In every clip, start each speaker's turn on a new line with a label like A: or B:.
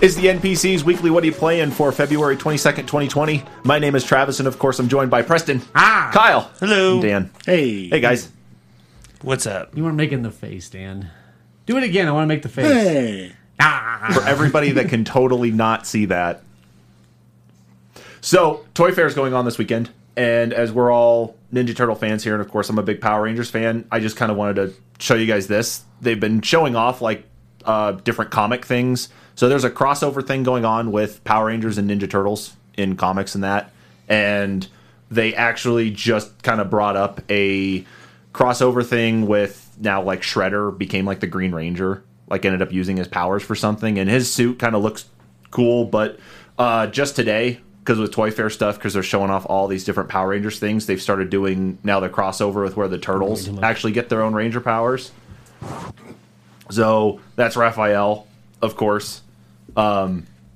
A: is the NPC's weekly What Are You Playing for February 22nd, 2020. My name is Travis, and of course, I'm joined by Preston,
B: Ah.
A: Kyle,
B: Hello.
A: and Dan.
C: Hey.
A: Hey, guys.
B: What's up?
D: You weren't making the face, Dan. Do it again. I want to make the face.
C: Hey.
B: Ah.
A: For everybody that can totally not see that. So, Toy Fair is going on this weekend, and as we're all Ninja Turtle fans here, and of course, I'm a big Power Rangers fan, I just kind of wanted to show you guys this. They've been showing off like uh, different comic things. So, there's a crossover thing going on with Power Rangers and Ninja Turtles in comics and that. And they actually just kind of brought up a crossover thing with now like Shredder became like the Green Ranger, like ended up using his powers for something, and his suit kind of looks cool. But uh, just today, because with Toy Fair stuff, because they're showing off all these different Power Rangers things, they've started doing now the crossover with where the turtles actually get their own Ranger powers. So that's Raphael, of course.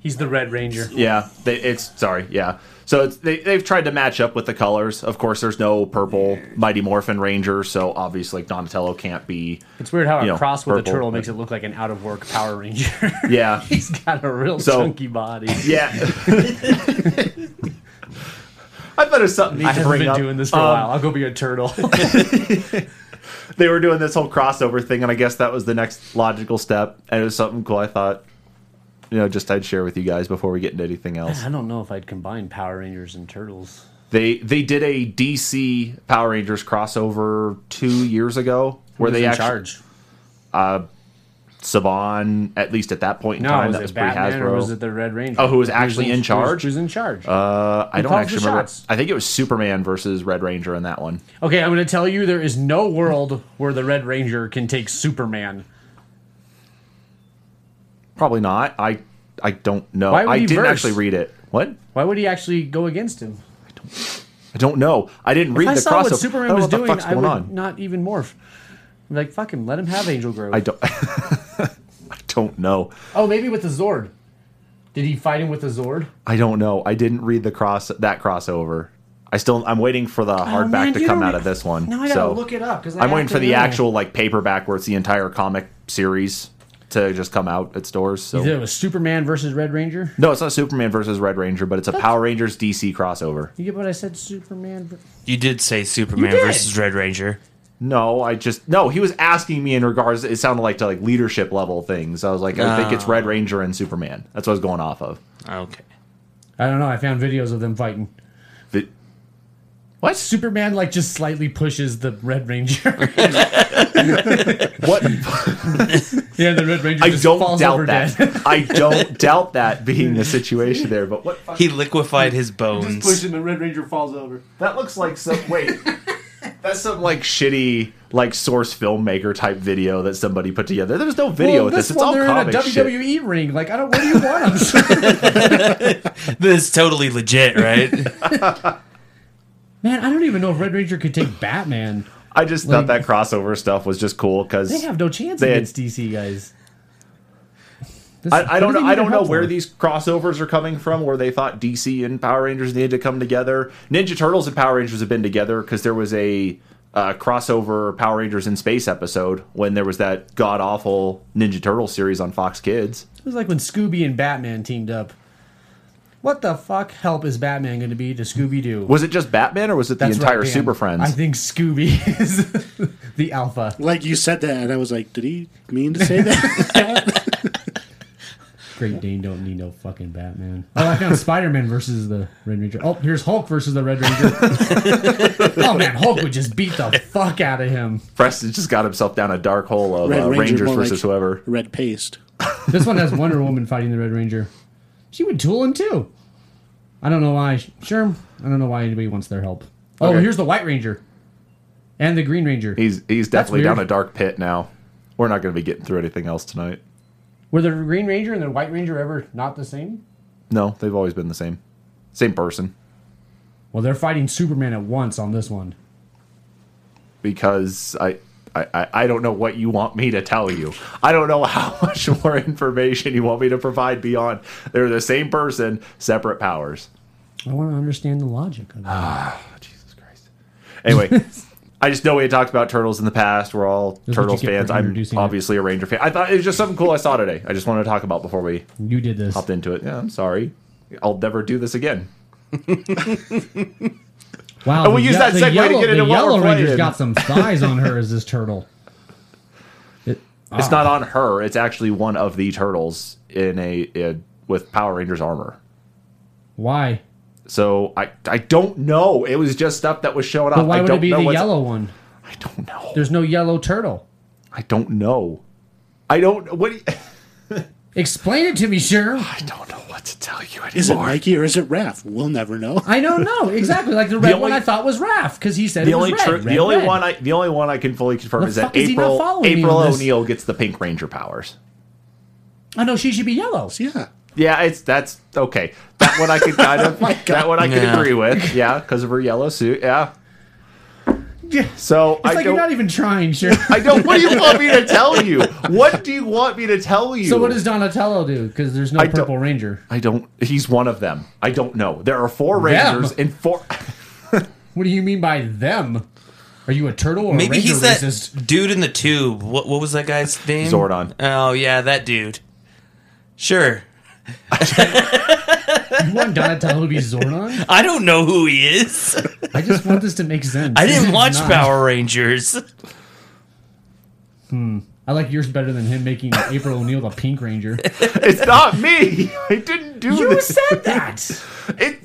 D: He's the Red Ranger.
A: Yeah, they, it's sorry. Yeah, so it's, they they've tried to match up with the colors. Of course, there's no purple Mighty Morphin Ranger, so obviously Donatello can't be.
D: It's weird how a
A: You know,
D: cross with
A: purple,
D: a turtle
A: but-
D: makes it look like an out of work Power Ranger.
A: Yeah,
D: He's got a real
A: So-
D: chunky body.
A: yeah. I thought it was something neat
D: I
A: to
D: haven't
A: bring
D: been
A: up.
D: doing this for a
A: Um,
D: while. I'll go be a turtle.
A: They were doing this whole crossover thing, and I guess that was the next logical step. And it was something cool. I thought, you know, just I'd share with you guys before we get into anything else.
D: I don't know if I'd combine Power Rangers and turtles.
A: They they did a DC Power Rangers crossover two years ago where
D: Who's
A: they
D: in
A: actually
D: charge?
A: Saban, at least at that point in
D: No,
A: time,
D: was
A: that
D: it
A: was pre
D: Batman or
A: Hasbro.
D: was it the Red Ranger?
A: Oh, who was actually in charge?
D: Who's, in charge?
A: uh, I don't
D: calls
A: actually
D: the
A: remember.
D: shots?
A: I think it was Superman versus Red Ranger in that one.
D: okay, I'm going to tell you there is no world where the Red Ranger can take Superman.
A: Probably not. I I don't know.
D: Why would
A: I
D: he
A: didn't
D: verse?
A: actually read it. What?
D: Why would he actually go against him?
A: I don't know. I didn't
D: If
A: read
D: I
A: the
D: saw
A: crossover.
D: what
A: I
D: Superman
A: don't
D: was
A: know what
D: doing,
A: the fuck's
D: I
A: going
D: would
A: on.
D: not even morph. I'm like, fuck him, let him have angel growth.
A: I don't. I don't know.
D: oh, maybe with the Zord. Did he fight him with the Zord?
A: I don't know. I didn't read the cross that crossover. I still I'm waiting for the hardback
D: Oh, man,
A: to
D: you
A: come
D: don't
A: out
D: re-
A: of this one.
D: Now I gotta
A: so
D: look it up because
A: I'm waiting for the actual like paperback where it's the entire comic series to just come out at stores. So
D: It was Superman versus Red Ranger.
A: No, it's not Superman versus Red Ranger, but it's a Power Rangers DC crossover.
D: You get what I said, Superman. ver-
B: You did say Superman
D: You did.
B: versus Red Ranger.
A: No, I just no. He was asking me in regards. It sounded like to like leadership level things. I was like, I think it's Red Ranger and Superman. That's what I was going off of.
B: Okay.
D: I don't know. I found videos of them fighting.
A: The-
D: Superman like just slightly pushes the Red Ranger.
A: what?
D: yeah, the Red Ranger
A: I
D: just
A: don't
D: falls over
A: doubt that.
D: dead.
A: I don't doubt that being the situation there. But what? fuck-
B: He liquefied his bones.
D: him and Red Ranger falls over.
A: That looks like some wait. That's some like shitty like source filmmaker type video that somebody put together. There's no video
D: well,
A: of
D: this,
A: this. It's
D: one
A: all
D: they're
A: comic
D: in a E
A: shit.
D: WWE ring. Like I don't. What do you want?
B: This is totally legit, right?
D: Man, I don't even know if Red Ranger could take Batman.
A: I just thought that
D: Like-
A: crossover stuff was just cool because
D: They have no chance
A: They had-
D: against DC guys. This-
A: I, I
D: what
A: don't
D: do
A: know.
D: they
A: I
D: need their
A: don't know
D: help
A: where
D: for?
A: these crossovers are coming from. Where they thought DC and Power Rangers needed to come together. Ninja Turtles and Power Rangers have been together because there was a uh, crossover Power Rangers in Space episode when there was that god awful Ninja Turtle series on Fox Kids.
D: It was like when Scooby and Batman teamed up. What the fuck help is Batman going to be to Scooby Doo?
A: Was it just Batman or was it the entire Super Friends?
D: I think Scooby is the alpha.
C: Like you said that, and I was like, did he mean to say that?
D: Great Dane don't need no fucking Batman. Oh, I found Spider Man versus the Red Ranger. Oh, here's Hulk versus the Red Ranger. oh man, Hulk would just beat the fuck out of him.
A: Preston just got himself down a dark hole of
C: Red
A: uh,
C: Ranger,
A: Rangers
C: more
A: versus
C: like
A: whoever.
C: Red paste.
D: This one has Wonder Woman fighting the Red Ranger. She would tool him too. I don't know why. Sure, I don't know why anybody wants their help. Oh,
A: Okay.
D: here's the White Ranger and the Green Ranger.
A: He's he's definitely
D: weird.
A: down a dark pit now. We're not going to be getting through anything else tonight.
D: Were the Green Ranger and the White Ranger ever not the same?
A: No, they've always been the same, same person
D: Well, they're fighting Superman at once on this one.
A: because I. I, I- I don't know what you want me to tell you. I don't know how much more information you want me to provide beyond they're the same person, separate powers.
D: I want to understand the logic of that.
A: Jesus Christ. Anyway, I just know we had talked about turtles in the past. We're all
D: what
A: turtles
D: you get
A: fans.
D: for
A: I'm
D: introducing it.
A: obviously a Ranger fan. I thought it was just something cool I saw today. I just wanted to talk about before we
D: You did this.
A: hopped into it. Yeah, I'm sorry. I'll never do this again.
D: Wow.
A: we'll
D: the
A: use
D: ye-
A: that
D: the
A: segue to
D: yellow,
A: get into
D: the
A: what
D: Yellow
A: we're
D: Ranger's
A: playing.
D: got some thighs on her as this turtle. It-
A: It's
D: ah.
A: not on her. It's actually one of the turtles in a, in- with Power Rangers armor.
D: Why?
A: So I I don't know. It was just stuff that was showing up.
D: But why
A: I
D: would
A: don't
D: it be
A: know
D: the
A: what's-
D: yellow one?
A: I don't know.
D: There's no yellow turtle.
A: I don't know. I don't. What? do you-
D: Explain it to me, sure.
A: I don't know what to tell you anymore.
C: Is it Mikey or is it Raph? We'll never know.
D: I don't know exactly. Like the red one,
A: only-
D: I thought was Raph because he said
A: The
D: it was
A: only
D: red,
A: tru-
D: red,
A: the only
D: red.
A: one I the only one I can fully confirm
D: The
A: is that
D: fuck is he not
A: April
D: following me
A: April
D: on this?
A: O'Neil gets the Pink Ranger powers.
D: Oh no, she should be yellow.
C: Yeah.
A: Yeah, it's that's okay. That one I could kind
D: Oh
A: of that one I could
B: Yeah.
A: agree with. Yeah, because of her yellow suit. Yeah.
D: Yeah.
A: So I
D: It's like
A: don't.
D: you're not even trying, sure.
A: I don't. What do you want me to tell you? What do you want me to tell you?
D: so what does Donatello do? Because there's no
A: I don't-
D: purple ranger.
A: I don't. He's one of them. I don't know. There are four
D: Them?
A: Rangers and four.
D: What do you mean by them? Are you a turtle or a
B: Maybe
D: ranger
B: he's that
D: racist?
B: dude in the tube. What what was that guy's name?
A: Zordon.
B: Oh yeah, that dude. Sure.
D: You want Donatello to be Zordon?
B: I don't know who he is.
D: I just want this to make sense.
B: I didn't
D: It's
B: watch
D: not.
B: Power Rangers.
D: I like yours better than him making April O'Neil the Pink Ranger.
A: It's not me. I didn't do this.
D: said that.
A: It.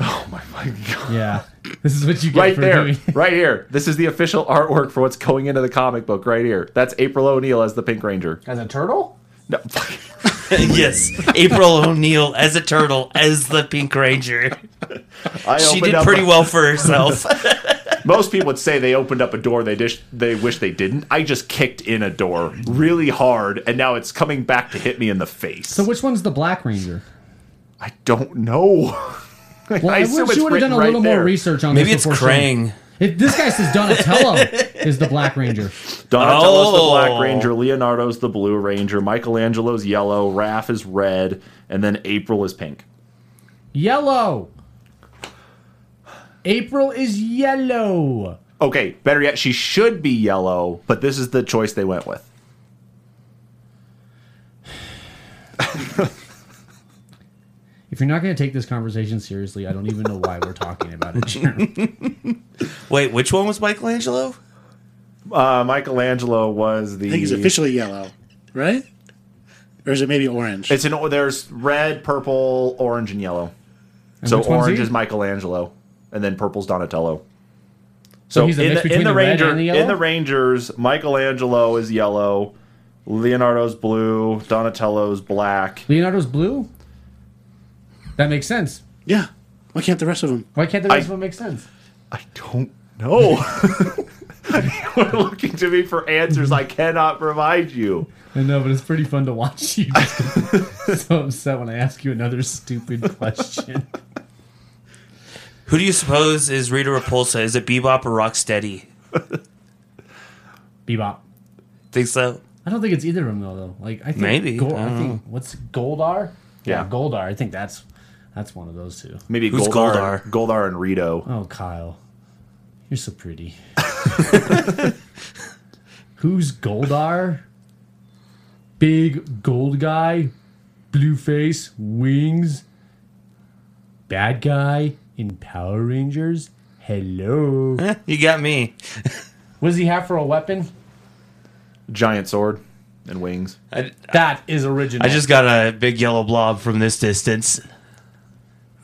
A: Oh my fucking god.
D: Yeah, this is what you get
A: right
D: for
A: there,
D: doing.
A: right here. This is the official artwork for what's going into the comic book. Right here. That's April O'Neil as the Pink Ranger.
D: As a turtle?
A: No,
B: yes, April O'Neil as a turtle as the Pink Ranger.
A: I
B: She
A: opened
B: did
A: up
B: pretty
A: a-
B: well for herself.
A: Most people would say they opened up a door they dish, they wish they didn't. I just kicked in a door really hard, and now it's coming back to hit me in the face.
D: So which one's the Black Ranger?
A: I don't know.
D: Well, I,
A: assume
D: wish
A: it's
D: you would have done a
A: written
D: little
A: right
D: more
A: there.
D: research on
B: Maybe
D: this.
B: it's
D: before saying-
B: Krang.
D: If this guy says Donatello is the Black Ranger.
A: Donatello's
B: Oh.
A: the Black Ranger, Leonardo's the Blue Ranger, Michelangelo's yellow, Raph is red, and then April is pink.
D: Yellow. April is yellow.
A: Okay, better yet, she should be yellow, but this is the choice they went with.
D: If you're not going to take this conversation seriously, I don't even know why we're talking about it. Sharon.
B: Wait, which one was Michelangelo?
A: Uh, Michelangelo was the.
C: I think he's officially yellow, right? Or is it maybe orange?
A: It's an there's red, purple, orange, and yellow.
D: And
A: so
D: which one's
A: orange
D: he?
A: is Michelangelo, and then purple's Donatello.
D: So he's a mix between the red
A: Ranger-
D: and the yellow?
A: in the Rangers, Michelangelo is yellow, Leonardo's blue, Donatello's black.
D: Leonardo's blue. That makes sense.
C: yeah. Why can't the rest of them?
D: Why can't the rest of them make sense?
A: I don't know. You're looking to me for answers I cannot provide you.
D: I know, but it's pretty fun to watch you. Just get so upset when I ask you another stupid question.
B: Who do you suppose is Rita Repulsa? Is it Bebop or Rocksteady?
D: Bebop.
B: Think so?
D: I don't think it's either of them though. though. Like I think
B: Maybe.
D: Gol-
B: I
D: I,
B: don't
D: think what's Goldar?
A: Yeah.
D: Goldar. I think that's that's one of those two.
A: Maybe
B: Who's
A: Goldar, Goldar, and Rito.
D: Oh, Kyle, you're so pretty. Who's Goldar? Big gold guy, blue face, wings, bad guy in Power Rangers. Hello.
B: Eh, You got me.
D: What does he have for a weapon?
A: Giant sword and wings.
B: I,
D: That is original.
B: I just got a big yellow blob from this distance.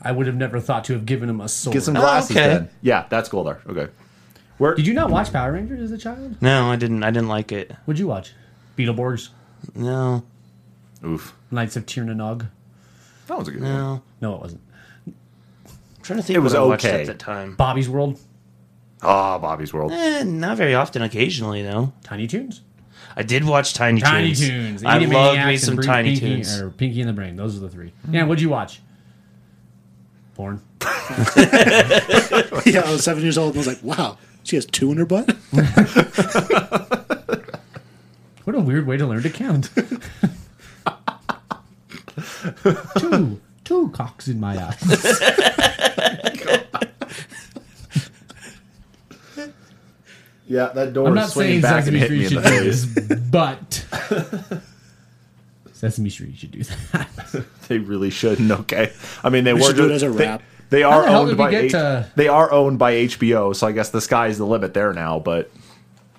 D: I would have never thought to have given him a sword.
A: Get some glasses
B: okay.
A: then. Yeah, that's Goldar. Okay. Where
D: Oh, Did you not watch Power Rangers as a child?
B: No, I didn't. I didn't like it.
D: What'd you watch? Beetleborgs,
B: No,
A: Oof.
D: Knights of Tirnanog.
A: That was a good one.
B: no.
D: No, it wasn't.
B: I'm trying to think.
A: It was
B: what I watched
A: okay.
B: at that time.
D: Bobby's World,
A: Ah, Bobby's World.
B: Eh, not very often. Occasionally, though.
D: Tiny Toons.
B: I did watch Tiny,
D: Tiny
B: Toons.
D: Toons.
B: I
D: Animaniacs,
B: loved me some
D: and Bri-
B: Tiny
D: Pinky,
B: Toons.
D: Or Pinky and the Brain. Those are the three. Yeah, what'd you watch? Porn.
C: yeah, I was seven years old and I was like, wow, she has two in her butt?
D: What a weird way to learn to count. two, two cocks in my eyes.
A: Yeah, that door
D: I'm
A: is
D: not
A: swinging
D: saying
A: back and
D: Sesame
A: hit me
D: Street
A: in the
D: should do
A: face.
D: this, but Sesame Street should do that.
A: They really shouldn't. Okay, I mean they
C: We
A: were
C: should do it
A: just-
C: as a
A: they-
C: wrap.
A: They, are
D: the hell
A: owned
D: did we
A: by
D: get
A: H-
D: to-
A: they are owned by HBO, so I guess the sky's the limit there now. But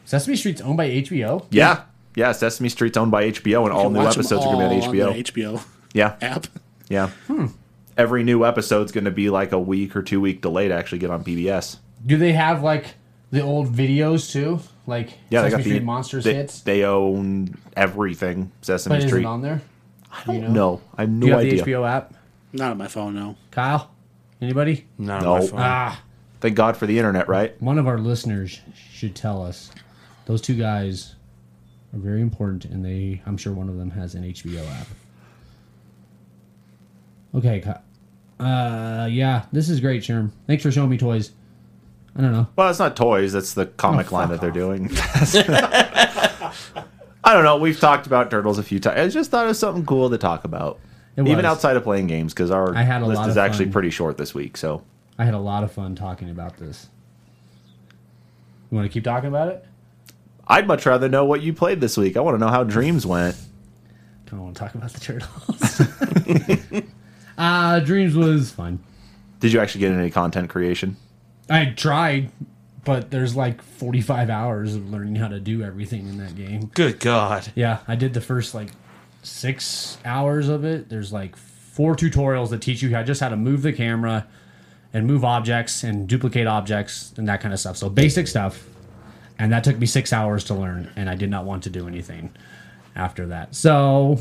D: Sesame Street's owned by HBO.
A: yeah, yeah, Sesame Street's owned by HBO, and all
C: Can
A: new
C: watch 'em
A: episodes are going
C: all
A: to
C: on
A: be on
C: the
A: HBO.
C: HBO
A: Yeah,
C: app.
A: yeah.
D: Hmm.
A: Every new episode's going to be like a week or two week delay to actually get on PBS.
D: Do they have like the old videos too? Like
A: Yeah,
D: Sesame
A: they got
D: Street
A: the
D: Monsters
A: they,
D: hits,
A: They own everything Sesame
D: but is
A: Street.
D: it on there? I
A: don't know. I have no
D: Do you have
A: idea.
D: the HBO app,
C: Not on my phone, no.
D: Kyle? Anybody?
B: Not
A: No.
B: on my phone.
D: Ah,
A: Thank God for the internet, right?
D: one of our listeners should tell us. Those two guys are very important, and they, I'm sure, one of them has an HBO app. Okay, Ky- uh, yeah, this is great, Sherm. Thanks for showing me toys. I don't know.
A: Well, it's not toys. That's the comic
D: Oh,
A: line that
D: fuck
A: they're
D: off.
A: doing. I don't know. We've talked about turtles a few times. I just thought it was something cool to talk about,
D: It
A: even
D: was.
A: outside of playing games, because our
D: I had a
A: list
D: lot
A: is
D: of
A: actually
D: fun.
A: pretty short this week. So
D: I had a lot of fun talking about this. You want to keep talking about it?
A: I'd much rather know what you played this week. I want to know how dreams went.
D: Kind of want to talk about the turtles. uh, Dreams was fun.
A: Did you actually get any content creation?
D: I tried, but there's like 45 hours of learning how to do everything in that game.
B: Good God.
D: Yeah, I did the first like six hours of it. There's like four tutorials that teach you how just how to move the camera and move objects and duplicate objects and that kind of stuff. So basic stuff. And that took me six hours to learn, and I did not want to do anything after that. So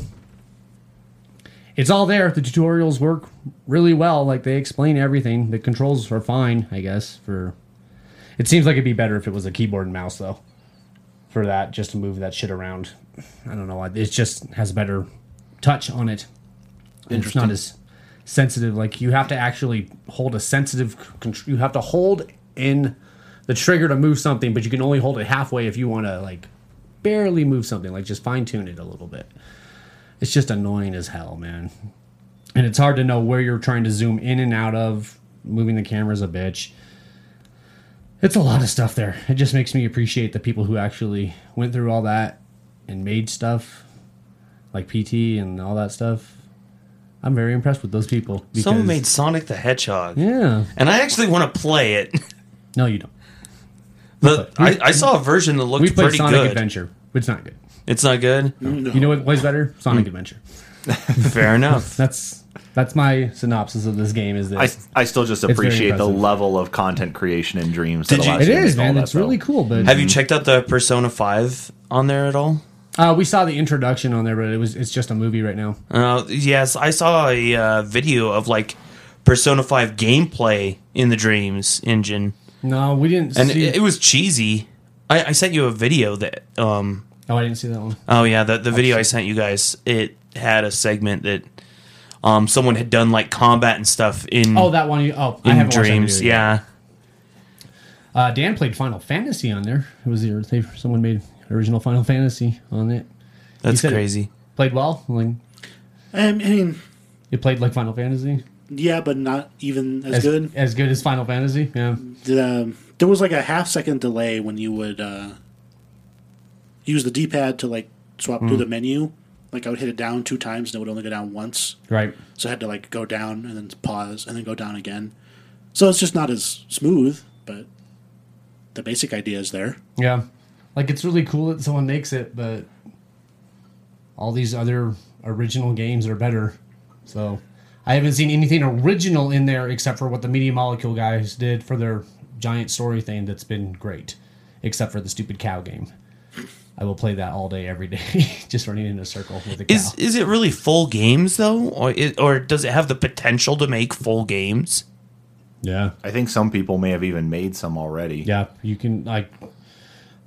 D: it's all there. The tutorials work really well. Like they explain everything. The controls are fine, I guess. For it seems like it'd be better if it was a keyboard and mouse though. For that, just to move that shit around. I don't know why. It just has better touch on it. And It's not as sensitive. Like you have to actually hold a sensitive. contr- You have to hold in the trigger to move something, but you can only hold it halfway if you want to like barely move something. Like just fine tune it a little bit. It's just annoying as hell, man. And it's hard to know where you're trying to zoom in and out of. Moving the camera's a bitch. It's a lot of stuff there. It just makes me appreciate the people who actually went through all that and made stuff like PT and all that stuff. I'm very impressed with those people. Because,
B: Someone made Sonic the Hedgehog.
D: yeah.
B: And I actually want to play it.
D: No, you don't.
B: The, I, I saw a version that
D: We
B: looked
D: played
B: pretty
D: Sonic
B: good.
D: Adventure. It's not good.
B: It's not good?
A: Mm.
C: No.
D: You know what plays better? Sonic Adventure.
B: Fair enough.
D: That's that's my synopsis of this game. Is
A: I,
D: this?
A: I still just
D: very
A: appreciate the
D: impressive.
A: level of content creation in dreams. that
B: Did you-
A: allows
D: it
A: to
D: is,
A: install
D: man.
A: that,
D: It's really
A: though.
D: cool. But
B: Have you checked out the Persona 5 on there at all?
D: Uh, we saw the introduction on there, but it was it's just a movie right now.
B: Uh, yes, I saw a uh, video of like Persona 5 gameplay in the Dreams engine,
D: No, we didn't.
B: and
D: see,
B: it, it was cheesy. I, I sent you a video that. Um,
D: oh, I didn't see that one.
B: oh yeah, the the video I sent you guys. It had a segment that um, someone had done like combat and stuff in
D: Oh, that one. You, oh, I
B: in
D: haven't watched that
B: Dreams.
D: video yet.
B: Yeah,
D: Uh, Dan played Final Fantasy on there. It was the they, someone made original Final Fantasy on it.
B: that's
D: said it-
B: crazy.
D: Played well. Like
C: I mean,
D: you played like Final Fantasy.
C: yeah, but not even as, good.
D: As good as Final Fantasy. Yeah.
C: The, um, there was like a half second delay when you would uh, use the D pad to like swap through the menu. Like I would hit it down two times and it would only go down once.
D: Right.
C: So I had to like go down and then pause and then go down again. So it's just not as smooth, but the basic idea is there.
D: Yeah. Like it's really cool that someone makes it, but all these other original games are better. So I haven't seen anything original in there except for what the Media Molecule guys did for their giant story thing that's been great, except for the stupid cow game. I will play that all day, every day, just running in a circle with a cow.
B: Is is it really full games though, or it, or does it have the potential to make full games?
D: yeah.
A: I think some people may have even made some already.
D: Yeah, you can like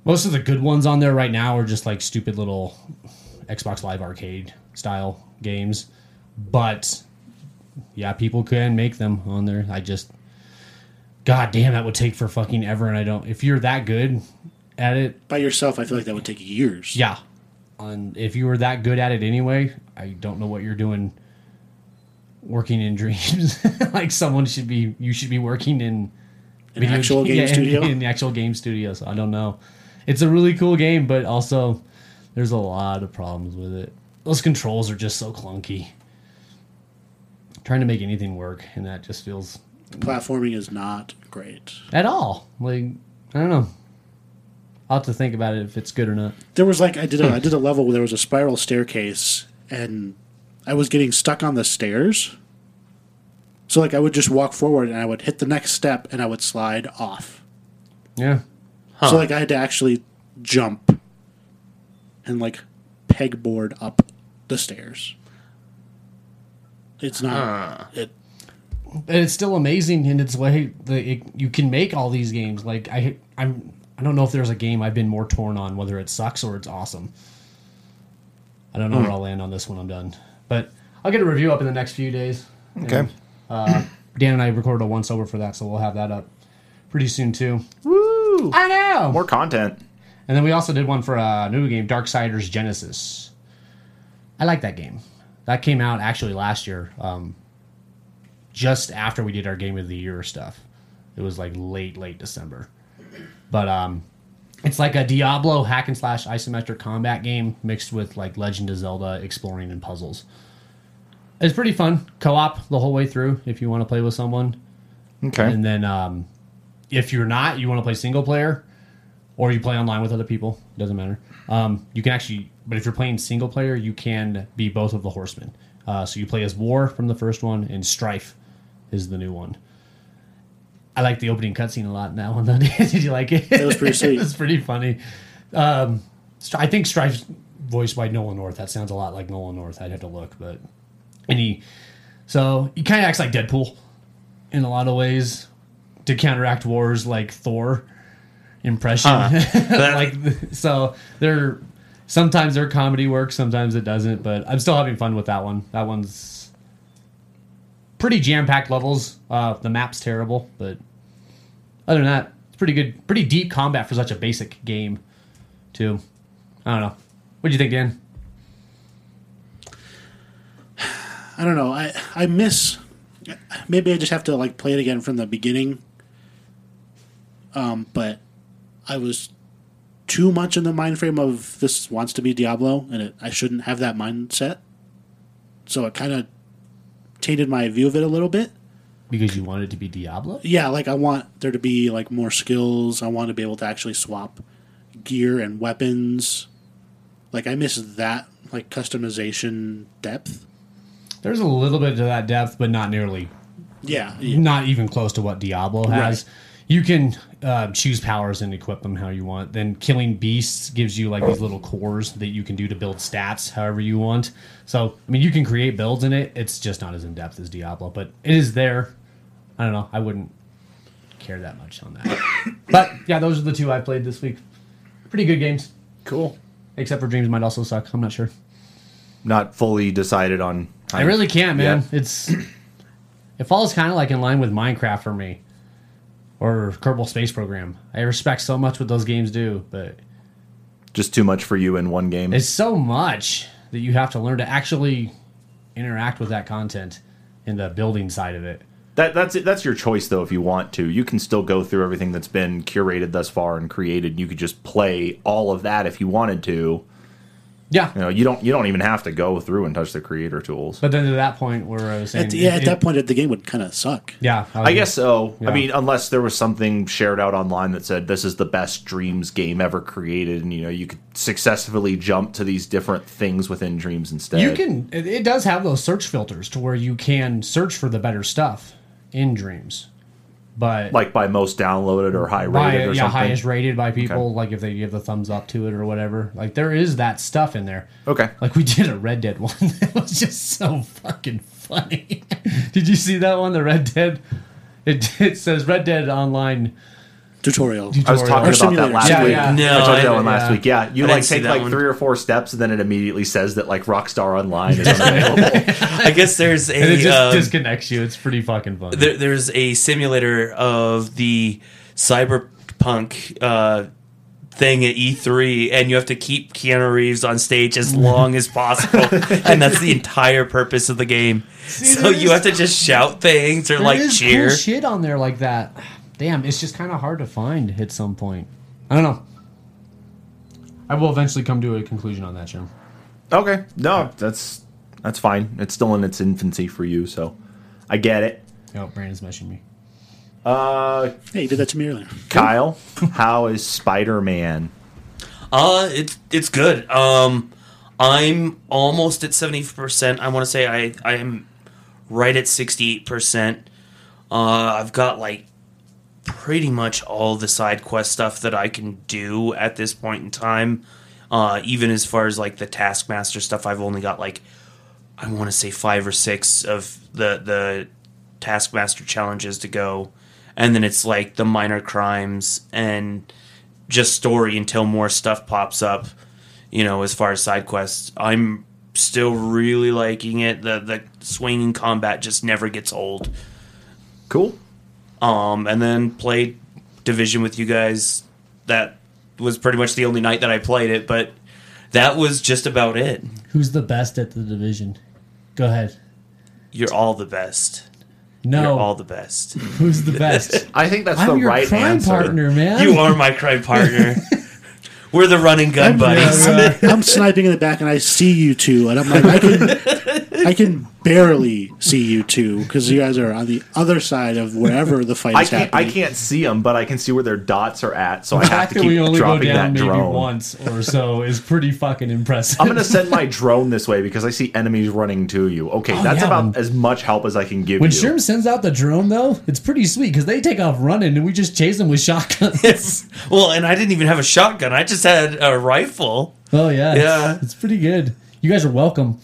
D: Most of the good ones on there right now are just like stupid little Xbox Live Arcade style games, but yeah, people can make them on there. I just, god damn, that would take for fucking ever, and I don't. If you're that good at it,
C: By yourself, I feel like that would take years.
D: yeah. On if you were that good at it anyway, I don't know what you're doing. Working in dreams, like someone should be. You should be working in
C: An actual game
D: yeah, in-
C: studio.
D: In, the actual game studio. So I don't know. It's a really cool game, but also there's a lot of problems with it. Those controls are just so clunky. Trying to make anything work, and that just feels
C: Platforming is not great.
D: at all like I don't know. I'll have to think about it if it's good or not.
C: There was like I did a I did a level where there was a spiral staircase and I was getting stuck on the stairs. So like I would just walk forward and I would hit the next step and I would slide off.
D: Yeah,
C: So like I had to actually jump and like pegboard up the stairs. It's not it
D: and it's still amazing in its way that it, you can make all these games. Like I, I'm, I don't know if there's a game I've been more torn on whether it sucks or it's awesome. I don't know where I'll land on this when I'm done, but I'll get a review up in the next few days.
E: Okay.
D: And, uh, Dan and I recorded a once over for that, so we'll have that up pretty soon too.
A: Woo!
D: I know.
A: More content.
D: And then we also did one for a new game, Darksiders Genesis. I like that game. That came out actually last year, um, just after we did our Game of the Year stuff. It was like late, late December. But um, it's like a Diablo hack and slash isometric combat game mixed with like Legend of Zelda exploring and puzzles. It's pretty fun, co op the whole way through if you want to play with someone.
E: Okay.
D: And then um, if you're not, you want to play single player or you play online with other people, doesn't matter. Um, you can actually, but if you're playing single player, you can be both of the horsemen. Uh, so you play as War from the first one, and Strife is the new one. I like the opening cutscene a lot now. And then did you like it?
C: That was pretty sweet.
D: it was pretty funny. Um, Stri- I think Strife's voiced by Nolan North. That sounds a lot like Nolan North. I'd have to look, but and he so he kind of acts like Deadpool in a lot of ways to counteract War's like Thor impression. like so they're sometimes their comedy works, sometimes it doesn't, but I'm still having fun with that one. That one's pretty jam-packed levels. Uh the map's terrible, but other than that, it's pretty good, pretty deep combat for such a basic game too. I don't know. What do you think, Dan?
C: I don't know. I I miss. Maybe I just have to like play it again from the beginning. Um, but I was too much in the mind frame of this wants to be Diablo, and it, I shouldn't have that mindset. So it kind of tainted my view of it a little bit.
D: Because you wanted to be Diablo?
C: Yeah, like I want there to be like more skills. I want to be able to actually swap gear and weapons. Like I miss that like customization depth.
D: There's a little bit to that depth, but not nearly
C: Yeah,
D: not even close to what Diablo has. You can uh, choose powers and equip them how you want. Then killing beasts gives you like these little cores that you can do to build stats however you want. So I mean, you can create builds in it. It's just not as in depth as Diablo, but it is there. I don't know. I wouldn't care that much on that. but yeah, those are the two I played this week. Pretty good games,
C: cool.
D: except for Dreams might also suck. I'm not sure.
A: Not fully decided on.
D: I really can't, man. It's it falls kind of like in line with Minecraft for me, or Kerbal Space Program. I respect so much what those games do, but
A: just too much for you in one game.
D: it's so much that you have to learn to actually interact with that content in the building side of it.
A: That that's it. That's your choice though. If you want to, you can still go through everything that's been curated thus far and created. You could just play all of that if you wanted to.
D: Yeah,
A: You know, you don't you don't even have to go through and touch the creator tools.
D: but then to that point where I was saying,
C: At the- yeah,
D: it-
C: at that point, the game would kind of suck.
D: yeah,
A: I guess so.
D: Yeah.
A: I mean, unless there was something shared out online that said this is the best Dreams game ever created, and you know you could successfully jump to these different things within Dreams instead.
D: You can. It, it does have those search filters to where you can search for the better stuff in Dreams, but
A: like by most downloaded or high rated
D: by
A: or
D: yeah
A: something.
D: highest rated by people like if they give the thumbs up to it or whatever like there is that stuff in there
A: Okay.
D: like we did a red dead one that was just so fucking funny did you see that one the red dead it, it says red dead online
C: tutorial.
A: I was talking
C: Or
A: about that last
D: simulators.
A: week.
D: Yeah, yeah.
B: No,
A: I told you
B: I-
A: that one last
D: yeah.
A: week. Yeah, you
B: I
A: like
B: didn't see
A: take
B: that
A: like
B: one.
A: three or four steps, and then it immediately says that like Rockstar Online is unavailable.
B: I guess there's
D: And it
B: a
D: just
B: um,
D: disconnects you. It's pretty fucking fun.
B: there, there's a simulator of the cyberpunk uh, thing at E3, and you have to keep Keanu Reeves on stage as long as possible, and that's the entire purpose of the game. so
D: there
B: you
D: is-
B: have to just shout things or
D: There
B: like
D: is
B: cheer.
D: cool shit on there like that. Damn, it's just kind of hard to find at some point. I don't know. I will eventually come to a conclusion on that, Jim.
A: okay, no, that's that's fine. It's still in its infancy for you, so I get it.
D: Oh, Brandon's meshing me.
A: Uh,
C: Hey, you did that to me earlier.
A: Kyle, how is Spider Man?
B: Uh, it's it's good. Um, I'm almost at seventy percent. I want to say I I am right at sixty eight percent. Uh, I've got like pretty much all the side quest stuff that I can do at this point in time. Uh, even as far as like the Taskmaster stuff, I've only got like I want to say five or six of the the Taskmaster challenges to go, and then it's like the minor crimes and just story until more stuff pops up. You know, as far as side quests, I'm still really liking it. The the swinging combat just never gets old.
A: Cool.
B: Um, and then played Division with you guys. That was pretty much the only night that I played it, but that was just about it.
D: Who's the best at the division? Go ahead.
B: You're all the best. You're
D: No,
B: all the best.
D: who's the best?
A: I think that's
D: I'm
A: the
D: your
A: right
D: crime
A: answer.
D: partner, man.
B: You are my crime partner. We're the running gun buddies.
D: Yeah,
C: I'm sniping in the back and I see you two, and I'm like, I can, I can barely see you two because you guys are on the other side of wherever the fight
A: I
C: is
A: can't.
C: happening.
A: I can't see them, but I can see where their dots are at, so I
D: the
A: have
D: fact
A: to
D: that we
A: keep
D: only go
A: dropping
D: down
A: that
D: maybe
A: drone.
D: once or so is pretty fucking impressive.
A: I'm gonna send my drone this way because I see enemies running to you. Okay, that's
D: Oh, yeah,
A: about
D: when-
A: as much help as I can give
D: when
A: you.
D: Sherm sends out the drone, though, it's pretty sweet because they take off running and we just chase them with shotguns.
B: Well, and I didn't even have a shotgun. I just had a rifle.
D: Oh yeah, it's-
B: Yeah.
D: It's, pretty good. You guys are welcome.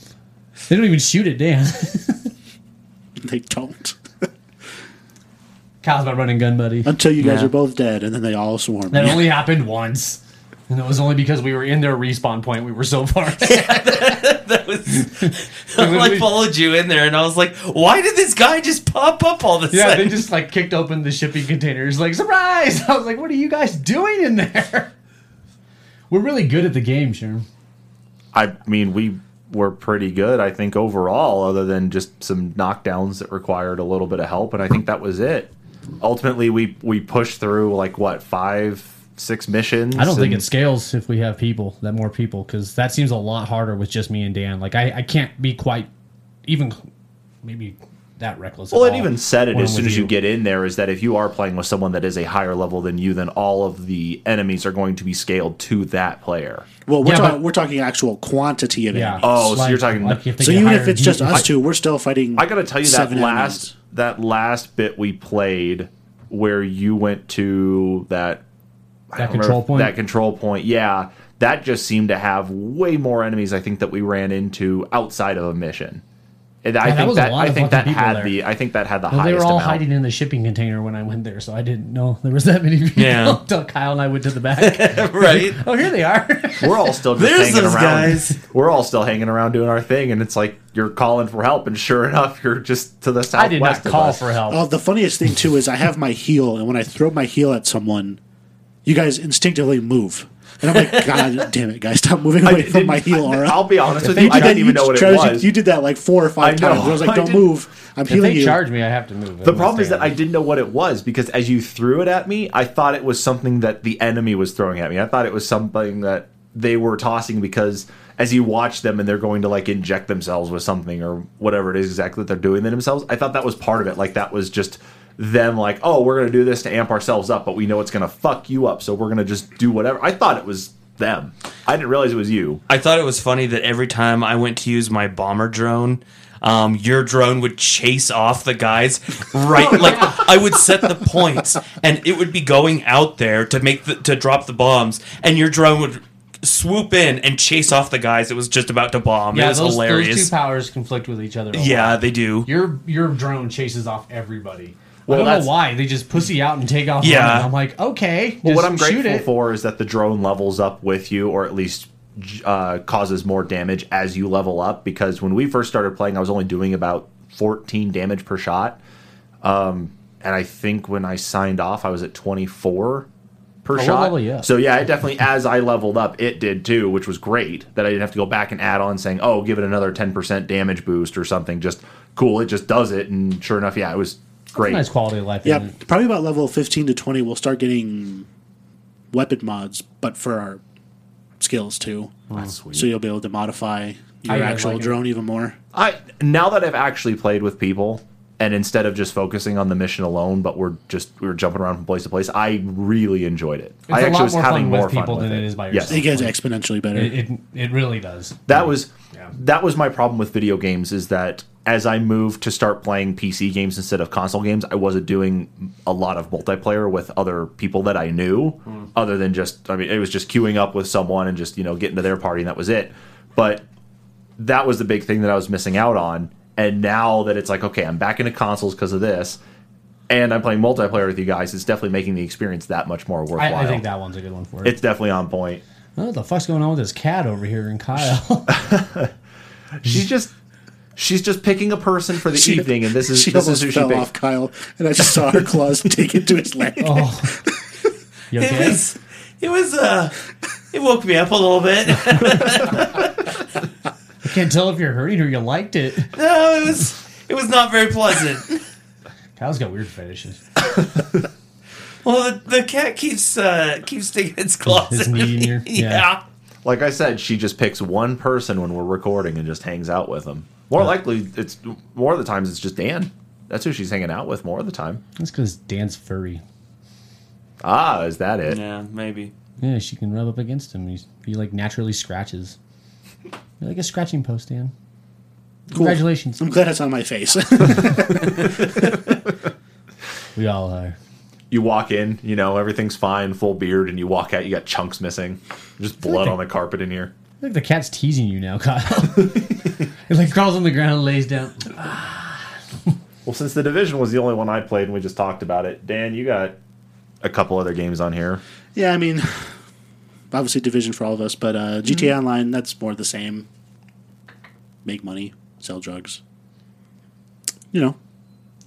D: They don't even shoot it, Dan.
C: They don't
D: Kyle's my running gun buddy.
C: until you guys
B: Yeah.
C: are both dead, and then they all swarm.
D: That
C: you.
D: only happened once, and it was only because we were in their respawn point. We were so far.
B: That was I followed you in there, and I was like, "Why did this guy just pop up all of a
D: yeah,
B: sudden?"
D: they just like kicked open the shipping containers, like surprise. I was like, "What are you guys doing in there?" We're really good at the game, Sherm.
A: I mean, we were pretty good, I think, overall, other than just some knockdowns that required a little bit of help, and I think that was it. Ultimately, we we pushed through like what five, six missions.
D: I don't think
A: and-
D: it scales if we have people, that more people, because that seems a lot harder with just me and Dan. Like I, I can't be quite even maybe that reckless. at
A: Well, it
D: all
A: even said it
D: when
A: as
D: I'm
A: soon
D: with
A: as you get in there is that if you are playing with someone that is a higher level than you, then all of the enemies are going to be scaled to that player.
C: Well, we're,
D: Yeah,
C: talk-
D: but-
C: we're talking actual quantity of
D: Yeah.
C: enemies.
A: Oh, so you're talking-
D: if they
C: So
D: get
C: even
D: hired
C: if it's
D: deep-
C: just us two, we're still fighting.
A: I gotta tell you that
C: seven
A: last
C: enemies.
A: that last bit we played where you went to that I
D: That
A: don't remember
D: control
A: if-
D: point?
A: That control point, yeah. That just seemed to have way more enemies. I think that we ran into outside of a mission. And I
D: that
A: think
D: was a
A: that
D: lot
A: I
D: of
A: think that
D: fucking people
A: had
D: there.
A: the I think that had the
D: Well,
A: highest
D: they were all
A: amount.
D: hiding in the shipping container when I went there, so I didn't know there was that many people.
B: Yeah.
D: Until Kyle and I went to the back.
B: right?
D: oh, here they are.
A: We're all still just
B: There's
A: hanging
B: those
A: around.
B: guys.
A: We're all still hanging around doing our thing, and it's like you're calling for help, and sure enough, you're just to the southwest.
D: I did not
A: of
D: call
A: us.
D: for help.
C: Oh, the funniest thing too is I have my heel, and when I throw my heel at someone, you guys instinctively move, and I'm like, God damn it, guys, stop moving away from
A: didn't-
C: my heel. Or
A: I'll be honest with
D: they
A: you, I
C: You
A: didn't
C: did-
A: even know what it
C: Travis, you-
A: was.
C: You did that like four or five
A: I know.
C: times. I was
A: I
C: like, "Don't
A: didn't-
C: move! I'm
D: if
C: healing
D: they
C: you."
D: charge me, I have to move.
A: The problem is that I didn't know what it was because as you threw it at me, I thought it was something that the enemy was throwing at me. I thought it was something that they were tossing because as you watch them and they're going to like inject themselves with something or whatever it is exactly that they're doing to themselves, I thought that was part of it. Like that was just them like, oh, we're gonna do this to amp ourselves up, but we know it's gonna fuck you up, so we're gonna just do whatever. I thought it was them. I didn't realize it was you.
B: I thought it was funny that every time I went to use my bomber drone, um, your drone would chase off the guys. Right, like I would set the points, and it would be going out there to make the, to drop the bombs, and your drone would swoop in and chase off the guys. It was just about to bomb. it
D: Yeah,
B: was
D: those,
B: hilarious.
D: those two powers conflict with each other. a lot.
B: yeah, they do.
D: Your your drone chases off everybody.
A: Well,
D: I don't
A: that's-
D: know why they just pussy out and take off.
B: Yeah.
D: running. I'm like, okay.
A: Well, what
D: just
A: I'm
D: shoot
A: grateful
D: it.
A: for is that the drone levels up with you, or at least j- uh, causes more damage as you level up. Because when we first started playing, I was only doing about 14 damage per shot, um, and I think when I signed off, I was at 24 per
D: we're
A: shot.
D: leveling up.
A: So yeah, it definitely as I leveled up, it did too, which was great. That I didn't have to go back and add on saying, oh, give it another 10% damage boost or something. Just cool, it just does it, and sure enough, yeah, it was great.
D: nice quality of life.
C: Yeah,
D: isn't it?
C: probably about level 15 to 20, we'll start getting weapon mods, but for our skills too.
A: That's sweet.
C: So you'll be able to modify
D: I
C: your
D: really
C: actual
D: like it.
C: drone even more.
A: I now that I've actually played with people, and instead of just focusing on the mission alone, but we're just we were jumping around from place to place. I really enjoyed it. I
D: a
A: actually
D: lot
A: was
D: more
A: having
D: fun with
A: more fun
D: people
A: with
D: than
A: it
D: it is by
A: Yes.
D: yourself.
C: It gets exponentially better.
D: It, it it really does.
A: that was
D: Yeah.
A: that was my problem with video games is that as I moved to start playing PC games instead of console games, I wasn't doing a lot of multiplayer with other people that I knew,
D: Hmm.
A: other than just I mean it was just queuing up with someone and just you know getting to their party and that was it. But that was the big thing that I was missing out on. And now that it's like okay, I'm back into consoles because of this, and I'm playing multiplayer with you guys, it's definitely making the experience that much more worthwhile.
D: I, I think that one's a good one for it.
A: it's definitely on point.
D: Oh, what the fuck's going on with this cat over here and Kyle?
A: She's just she's just picking a person for the evening, and this is
C: she
A: this is
C: almost
A: who she
C: fell
A: picked.
C: off Kyle, and I just saw her claws take into his leg.
D: oh. You
B: It
D: okay?
B: was, it was, uh, it woke me up a little bit.
D: I can't tell if you're hurting or you liked it.
B: no, it was, it was not very pleasant.
D: Kyle's got weird fetishes.
B: Well, the, the cat keeps, uh, keeps sticking its claws
D: His
B: in
D: knee in
B: me.
D: your-
B: yeah.
D: yeah.
A: Like I said, she just picks one person when we're recording and just hangs out with them. More likely, it's more of the times it's just Dan. That's who she's hanging out with more of the time.
D: That's because Dan's furry.
A: Ah, is that it?
B: Yeah, maybe.
D: Yeah, she can rub up against him. He's, he like naturally scratches. You're like a scratching post, Dan. Congratulations.
C: I'm glad it's on my face.
D: We all are.
A: You walk in, you know everything's fine, full beard, and you walk out, you got chunks missing, just blood on the carpet in here.
D: I think the cat's teasing you now, Kyle. it like crawls on the ground and lays down.
A: Well, since the division was the only one I played, and we just talked about it, Dan, you got a couple other games on here.
C: yeah, I mean, obviously division for all of us, but
D: Mm.
C: uh, GTA Online that's more the same. Make money, sell drugs, you know,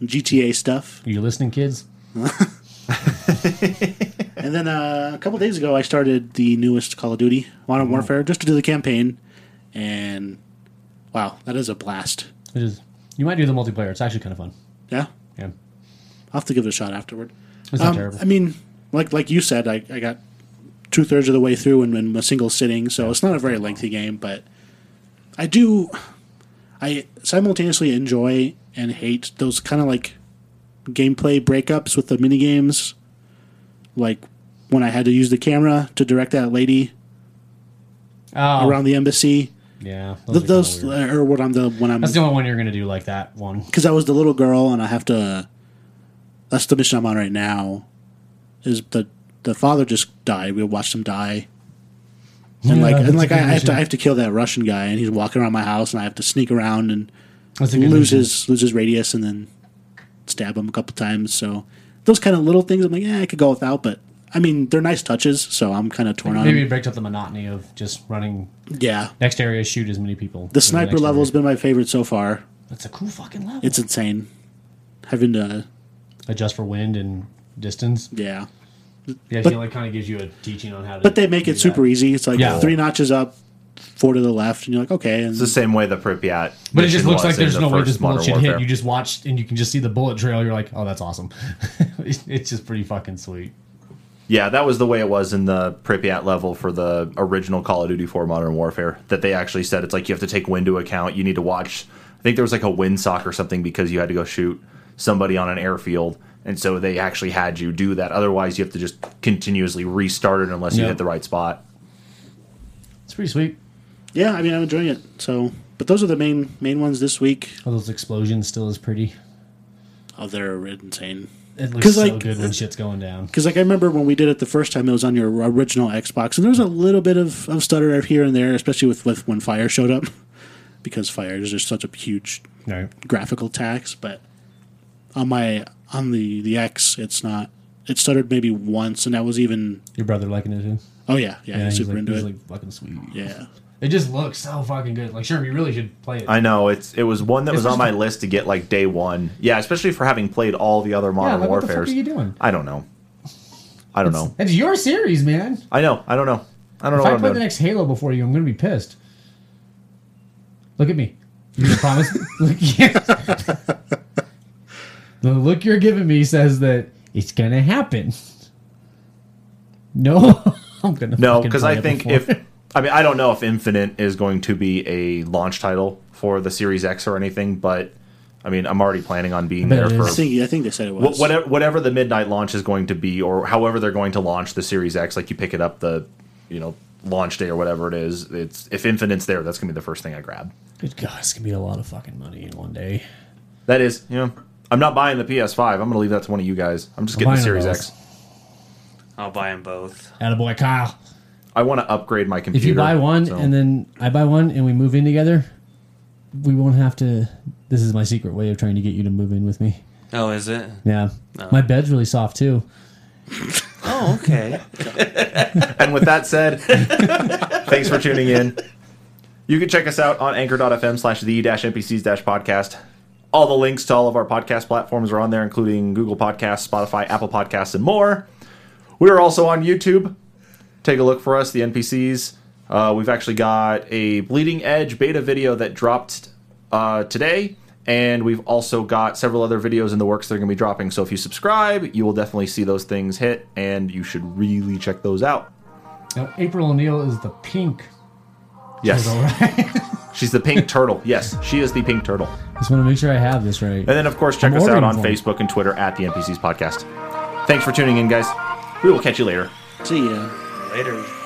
C: GTA stuff.
D: Are you listening, kids?
C: And then uh, a couple days ago, I started the newest Call of Duty
D: Mm.
C: Modern Warfare just to do the campaign, and wow, that is a blast.
D: It is. You might do the multiplayer. It's actually kind of fun.
C: Yeah,
D: Yeah.
C: I'll have to give it a shot afterward.
D: It's not
C: Um,
D: terrible.
C: I mean, like like you said, I, I got two thirds of the way through in, in a single sitting, so it's not a very lengthy game, but I do I simultaneously enjoy and hate those kind of like gameplay breakups with the mini games, like when I had to use the camera to direct that lady
D: oh,
C: around the embassy.
D: yeah. Those, are
C: Th-
D: kinda
C: Those, uh,
D: weird.
C: or what I'm the when I'm
D: That's the only one you're going to do like that one.
C: because I was the little girl and I have to. That's the mission I'm on right now. Is the the father just died? We watched him die. And
D: Yeah,
C: like
D: that's
C: and like
D: a
C: I, I
D: good
C: have to
D: mission.
C: I have to kill that Russian guy and he's walking around my house and I have to sneak around and
D: That's a good
C: lose
D: mission.
C: his lose his radius and then stab him a couple times. So those kind of little things I'm like, yeah, I could go without, but I mean they're nice touches, so I'm kind of torn on.
D: Maybe it
C: Them.
D: breaks up the monotony of just running
C: Yeah,
D: next area, shoot as many people.
C: the sniper level has been my favorite so far.
D: That's a cool fucking level.
C: It's insane. Having to
D: adjust for wind and distance.
C: yeah.
D: Yeah,
C: But-
D: he like kind of gives you a teaching on how to.
C: But they make it super easy. It's like
D: Yeah.
C: three notches up, four to the left, and you're like, okay. And
A: It's the same way the Pripyat.
D: But it just
A: mission
D: looks like
A: was in
D: there's
A: the
D: no way
A: first
D: this
A: Modern
D: bullshit
A: Warfare.
D: hit. You just watched and you can just see the bullet trail. You're like, oh, that's awesome. It's- it's just pretty fucking sweet.
A: Yeah, that was the way it was in the Pripyat level for the original Call of Duty 4 Modern Warfare. That they actually said it's like you have to take wind into account. You need to watch. I think there was like a windsock or something because you had to go shoot somebody on an airfield. And so they actually had you do that. Otherwise, you have to just continuously restart it unless you
D: Yeah.
A: hit the right spot.
D: It's pretty sweet.
C: yeah, I mean, I'm enjoying it. So, but those are the main main ones this week.
D: Oh, those explosions still is pretty.
C: Oh, they're insane.
D: It
C: 'Cause,
D: looks so
C: like,
D: good when shit's going down.
C: Because like I remember when we did it the first time, it was on your original Xbox, and there was a little bit of, of stutter here and there, especially with, with when fire showed up, because fire is just such a huge
D: Right.
C: graphical tax. But on my on the the X, it's not. It stuttered maybe once, and that was even.
D: Your brother liking it too.
C: Oh yeah, yeah, he's
D: he's
C: super
D: like,
C: into
D: he's
C: it.
D: like fucking sweet.
C: yeah,
D: It just looks so fucking good. Like, sure, you really should play it.
A: I know it's it was one that
D: It's
A: was on
D: just-
A: my list to get like day one. Yeah, especially for having played all the other
D: yeah,
A: Modern
D: like, what the fuck are
A: Warfares.
D: you doing?
A: I don't know. I don't know.
D: It's your series, man.
A: I know. I don't know. I don't know
D: If
A: what
D: I
A: I'm
D: play
A: doing.
D: the next Halo before you, I'm going to be pissed. Look at me. You gonna promise? look, yeah. the look you're giving me says that it's going to happen. No, I'm going to
A: no, because I think if I mean I don't know if Infinite is going to be a launch title for the Series X or anything, but I mean I'm already planning on being
D: bet
A: there
D: it
A: for
D: is.
C: I think I think they said it was.
A: Wh- whatever, whatever the midnight launch is going to be, or however they're going to launch the Series X, like you pick it up the, you know, launch day or whatever it is. It's if Infinite's there, that's gonna be the first thing I grab.
D: Good God, it's going to be a lot of fucking money in one day.
A: That is, you know, I'm not buying the PS5. I'm gonna leave that to one of you guys. I'm just getting the
D: buying
A: Series
D: both.
A: X.
B: I'll buy them both.
D: Attaboy, Kyle.
A: I want to upgrade my computer.
D: If you buy one
A: so-
D: and then I buy one and we move in together, we won't have to. This is my secret way of trying to get you to move in with me.
B: Oh, is it?
D: Yeah. My bed's really soft too.
B: Oh, okay.
A: and with that said, thanks for tuning in. You can check us out on anchor.fm slash the dash NPCs dash podcast. All the links to all of our podcast platforms are on there, including Google Podcasts, Spotify, Apple Podcasts, and more. We are also on YouTube. Take a look for us, the NPCs. Uh, we've actually got a Bleeding Edge beta video that dropped uh, today, and we've also got several other videos in the works that are going to be dropping. So if you subscribe, you will definitely see those things hit, and you should really check those out.
D: Now, April O'Neil is the pink.
A: Yes.
D: All right.
A: She's the pink turtle. Yes, she is the pink turtle.
D: Just want to make sure I have this right.
A: And then, of course, check
D: I'm
A: us out
D: ordering
A: on
D: one.
A: Facebook and Twitter at the NPCs Podcast. Thanks for tuning in, guys. We will catch you later.
C: See ya.
B: Later.